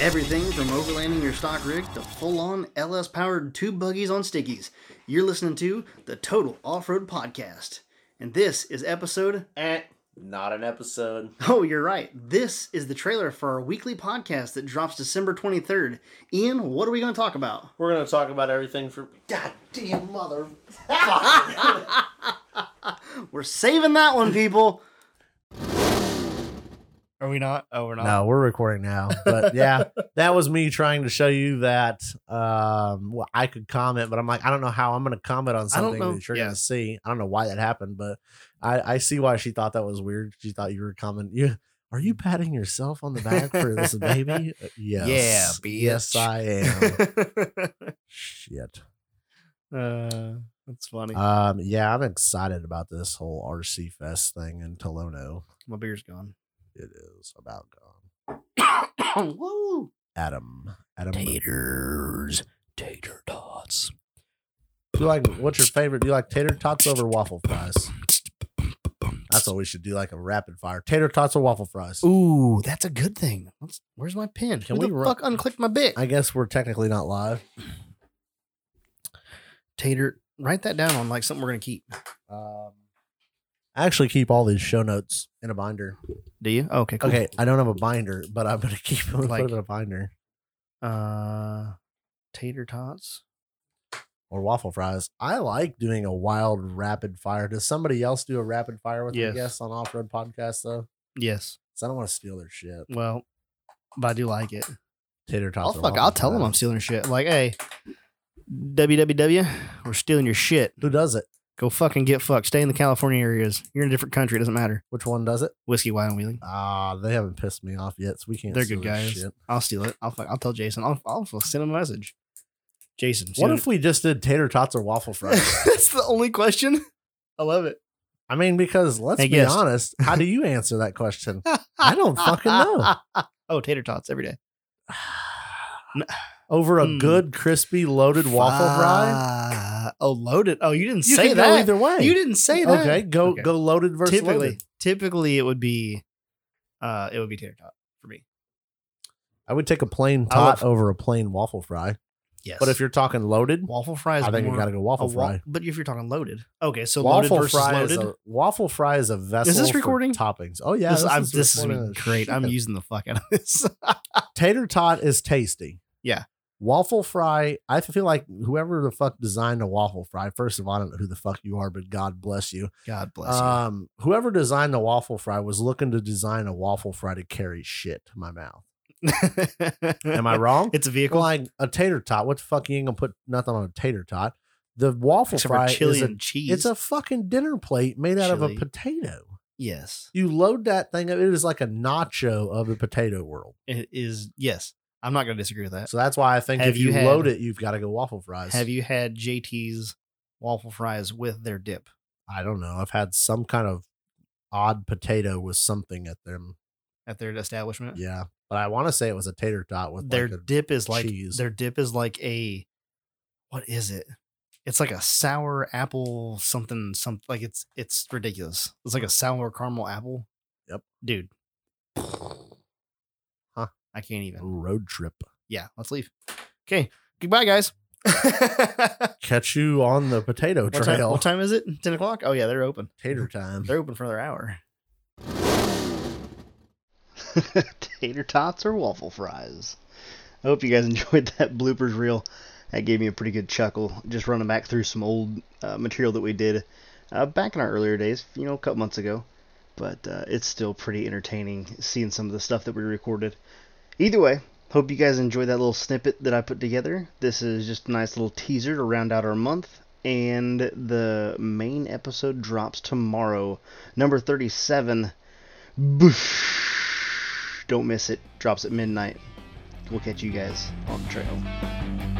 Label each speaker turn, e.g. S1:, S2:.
S1: Everything from overlanding your stock rig to full on LS powered tube buggies on stickies. You're listening to the Total Off Road Podcast. And this is episode.
S2: Eh, not an episode.
S1: Oh, you're right. This is the trailer for our weekly podcast that drops December 23rd. Ian, what are we going to talk about?
S2: We're gonna talk about everything from goddamn mother.
S1: We're saving that one, people. Are we not? Oh, we're not.
S3: No, we're recording now. But yeah, that was me trying to show you that um well, I could comment, but I'm like, I don't know how I'm gonna comment on
S1: I don't
S3: something
S1: know.
S3: that you're
S1: Yeah.
S3: gonna see. I don't know why that happened, but I, I see why she thought that was weird. She thought you were commenting. You are you patting yourself on the back for this baby? Uh, Yes.
S1: Yeah,
S3: Yes,
S1: bitch.
S3: I am. Shit.
S1: uh, that's funny.
S3: Um, yeah, I'm excited about this whole RC Fest thing in Tolono.
S1: My beer's gone.
S3: It is about gone.
S1: Woo!
S3: Adam. Adam
S1: Taters. Tater tots.
S3: Do you like what's your favorite? Do you like tater tots over waffle fries? That's what we should do, like a rapid fire. Tater tots or waffle fries.
S1: Ooh, that's a good thing. Let's, where's my pen?
S3: Can
S1: Who the
S3: we ru-
S1: fuck unclicked my bit?
S3: I guess we're technically not live.
S1: Tater, write that down on like something we're gonna keep.
S3: Um, I actually keep all these show notes in a binder.
S1: Do you? okay, cool.
S3: Okay, I don't have a binder, but I'm gonna keep them
S1: Like-
S3: like, in a binder
S1: Uh, tater tots.
S3: or waffle fries. I like doing a wild rapid fire. Does somebody else do a rapid fire with
S1: Yes.
S3: a guest on off road podcast though?
S1: Yes.
S3: So I don't want to steal their shit.
S1: Well, but I do like it.
S3: Tater
S1: I'll
S3: tots. or
S1: fuck.
S3: waffle
S1: I'll tell them
S3: fries.
S1: I'm stealing shit. Like, hey, WWW, we're stealing your shit.
S3: Who does it?
S1: Go fucking get fucked. Stay in the California areas. You're in a different country. It doesn't matter.
S3: Which one does it?
S1: Whiskey, wine, and wheeling.
S3: Ah, they haven't pissed me off yet, so we can't.
S1: They're
S3: steal
S1: good
S3: their
S1: guys.
S3: shit.
S1: I'll steal it. I'll fuck, I'll tell Jason. I'll, I'll send him a message. Jason,
S3: What
S1: stealing-
S3: if we just did tater tots or waffle fries?
S1: That's the only question. I love it.
S3: I mean, because let's
S1: Hey,
S3: be
S1: guest.
S3: honest, how do you answer that question? I don't fucking know.
S1: Oh, tater tots every day.
S3: Over a
S1: Hmm.
S3: good, crispy, loaded waffle fry,
S1: fry. Oh, loaded. Oh, you didn't
S3: you
S1: say
S3: can
S1: that.
S3: go either way.
S1: You didn't say that.
S3: Okay, go
S1: Okay.
S3: go loaded versus
S1: Typically,
S3: loaded.
S1: typically it would be, uh, it would be tater tot for me.
S3: I would take a plain
S1: I would-
S3: tot over a plain waffle fry,
S1: Yes.
S3: but if you're talking loaded,
S1: waffle fries,
S3: I think you
S1: more
S3: got to go
S1: a
S3: waffle
S1: wa-
S3: fry.
S1: But if you're talking loaded, okay, so
S3: waffle
S1: loaded versus
S3: fry
S1: loaded.
S3: is a waffle fry is a vessel. for
S1: recording?
S3: toppings? Oh yeah,
S1: this, I'm, this is
S3: recording as
S1: great. I'm
S3: shit.
S1: using the fuck out of this.
S3: tater tot is tasty.
S1: Yeah.
S3: Waffle fry, I feel like whoever the fuck designed a waffle fry, first of all, I don't know who the fuck you are, but God bless you.
S1: God bless you.
S3: um, whoever designed the waffle fry was looking to design a waffle fry to carry shit to my mouth. Uh, Am I wrong?
S1: It's a vehicle.
S3: like a tater tot. What the fuck you ain't gonna put nothing on a tater tot? The waffle
S1: Except
S3: fry
S1: for chili
S3: is a,
S1: and cheese.
S3: it's a fucking dinner plate made out of a
S1: Chili.
S3: potato.
S1: yes.
S3: You load that thing up, it is like a nacho of the potato world.
S1: It is yes. I'm not going to disagree with that.
S3: So that's why I think
S1: Uh, Have
S3: if
S1: you
S3: you, load
S1: had-
S3: it, you've got to go waffle fries.
S1: Have you had JT's waffle fries with their dip?
S3: I don't know. I've had some kind of odd potato with something at them.
S1: at their establishment.
S3: Yeah. But I want to say it was a tater tot with
S1: their
S3: like a-
S1: dip is like
S3: cheese.
S1: their dip is like a what is it? It's like a sour apple something something like it's it's ridiculous. It's like a sour caramel apple.
S3: Yep.
S1: Dude.
S3: Huh.
S1: I can't even.
S3: road trip.
S1: Yeah, let's leave. Okay. Goodbye, guys. what,
S3: Catch you on the potato
S1: time,
S3: trail.
S1: what time is it? Ten o'clock? Oh yeah, they're open.
S3: Tater time.
S2: Mm.
S1: They're open for another hour.
S2: Tater tots or waffle fries. I hope you guys enjoyed that bloopers reel. That gave me a pretty good chuckle. Just running back through some old uh, material that we did uh, back in our earlier days, you know, a couple months ago. But uh, it's still pretty entertaining seeing some of the stuff that we recorded. Either way, hope you guys enjoyed that little snippet that I put together. This is just a nice little teaser to round out our month. And the main episode drops tomorrow, number 37. Boosh. Don't miss it. Drops at midnight. We'll catch you guys on the trail.